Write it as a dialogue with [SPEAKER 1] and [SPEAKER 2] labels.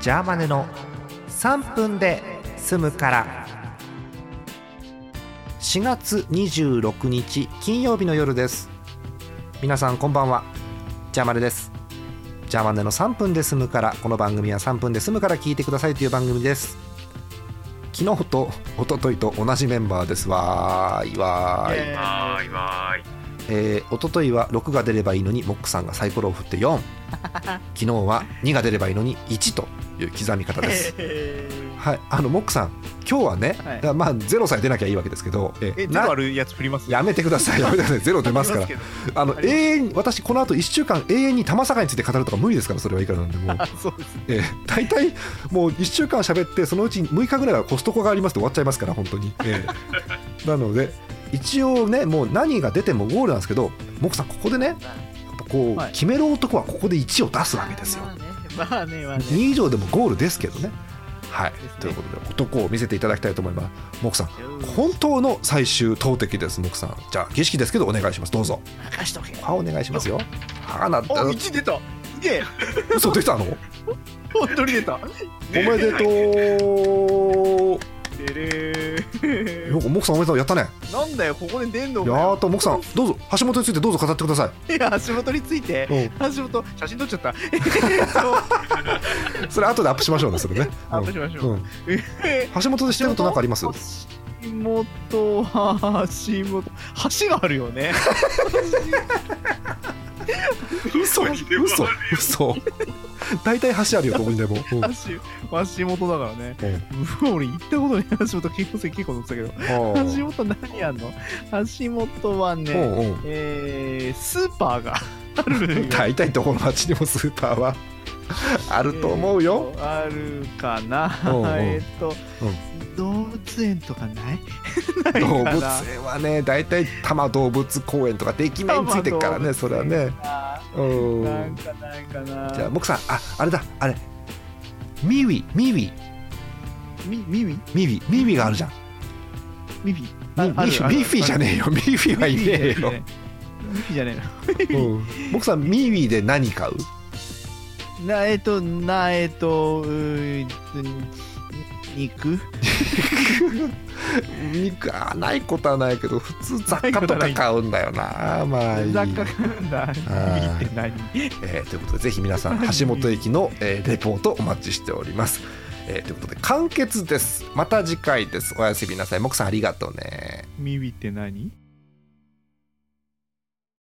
[SPEAKER 1] ジャーマネの3分で済むから4月26日金曜日の夜です皆さんこんばんはジャーマネですジャーマネの3分で済むからこの番組は3分で済むから聞いてくださいという番組です昨日と一昨日と同じメンバーですわーいわーい
[SPEAKER 2] わーいわーい
[SPEAKER 1] えー、一昨日は6が出ればいいのにモックさんがサイコロを振って4昨日は2が出ればいいのに1という刻み方です、はい、あのモックさん今日はね、
[SPEAKER 3] はい
[SPEAKER 1] だまあ0さえ出なきゃいいわけですけど、え
[SPEAKER 2] え、ゼ
[SPEAKER 1] な
[SPEAKER 2] ロあるやつ振ります
[SPEAKER 1] やめてくださいやめてくださいゼロ出ますか
[SPEAKER 2] 振り
[SPEAKER 1] ら
[SPEAKER 2] ます
[SPEAKER 1] あの
[SPEAKER 2] あ
[SPEAKER 1] 永
[SPEAKER 2] ります
[SPEAKER 1] 遠に私この後1週間永遠に玉境について語るとか無理ですからそれはいくらなんでもう、
[SPEAKER 2] けどそうですね
[SPEAKER 1] えー、大体もう1週間喋ってそのうち6日ぐらいはコストコがありますって終わっちゃいますから本当に、えーなので一応ねもう何が出てもゴールなんですけどモクさんここでねこう、
[SPEAKER 3] はい
[SPEAKER 1] 決める男はここで1を出すわけですよ。
[SPEAKER 3] まあね、まあね、まあね。
[SPEAKER 1] 2以上でもゴールですけどね。はい、
[SPEAKER 3] すね
[SPEAKER 1] ということで男を見せていただきたいと思います。モクさん本当の最終投擲ですモクさんじゃあ儀式ですけどお願いしますどうぞ
[SPEAKER 3] 任しとけ。
[SPEAKER 1] 歯お願いしますよ歯なんて
[SPEAKER 3] お、1出た。すげえ。
[SPEAKER 1] 嘘出たのお
[SPEAKER 3] 本当に出た。
[SPEAKER 1] めでとう
[SPEAKER 3] でれ
[SPEAKER 1] よ
[SPEAKER 3] ー。
[SPEAKER 1] くモクさんおめでとうやったね
[SPEAKER 3] なんだよ、ここで出んの
[SPEAKER 1] いや
[SPEAKER 3] か
[SPEAKER 1] ー
[SPEAKER 3] よ
[SPEAKER 1] ともくさんどうぞ橋本についてどうぞ語ってくださ
[SPEAKER 3] いや、橋本について
[SPEAKER 1] い、。
[SPEAKER 3] 橋本、写真撮っちゃった。 えーっと
[SPEAKER 1] それ後でアップしましょうねそれね。
[SPEAKER 3] アップしまし
[SPEAKER 1] う
[SPEAKER 3] ょ
[SPEAKER 1] ん
[SPEAKER 3] う。
[SPEAKER 1] うん
[SPEAKER 3] えー
[SPEAKER 1] 橋本でしてることなんかあります
[SPEAKER 3] 橋？本、橋本、橋があるよね。
[SPEAKER 1] 嘘嘘 嘘。大体橋あるよここにでも。うん
[SPEAKER 3] 橋、橋本だからね。
[SPEAKER 1] うん
[SPEAKER 3] うわ 俺行ったことない橋本、結構結構乗ってたけど。
[SPEAKER 1] あ
[SPEAKER 3] 橋本何やんの橋本はね、
[SPEAKER 1] ーうんうん
[SPEAKER 3] えー、スーパーがあるよ
[SPEAKER 1] 大体どこの町にもスーパーはあると思うよ。
[SPEAKER 3] えーあるかな。
[SPEAKER 1] うんうん
[SPEAKER 3] えっと、動物園とかないない
[SPEAKER 1] 動
[SPEAKER 3] か
[SPEAKER 1] 物
[SPEAKER 3] な
[SPEAKER 1] 園はね大体多摩動物公園とか駅前についてるからねそれはね。
[SPEAKER 3] あ
[SPEAKER 1] う
[SPEAKER 3] ーなん
[SPEAKER 1] ん。
[SPEAKER 3] かないかな。
[SPEAKER 1] じゃあもくさんああれだあれミウィミウィ
[SPEAKER 3] み、
[SPEAKER 1] ミ
[SPEAKER 3] みみ
[SPEAKER 1] ウィミウィがあるじゃん。
[SPEAKER 3] みみ
[SPEAKER 1] ミミフィミフィじゃねえよミフィはいねえよ。。
[SPEAKER 3] ミフィじゃね
[SPEAKER 1] うん、僕さんミーウィーで何買う
[SPEAKER 3] えの。な、えっと、な、えっと、うーん肉
[SPEAKER 1] 肉あーないことはないけど普通雑貨とか買うんだよなまあいい
[SPEAKER 3] 雑貨なんだ。
[SPEAKER 1] ー
[SPEAKER 3] 肉って何
[SPEAKER 1] えーということでぜひ皆さん橋本駅の、えーレポートお待ちしております、えーということで完結ですまた次回ですおやすみなさいもくさんありがとうね
[SPEAKER 3] ミビって何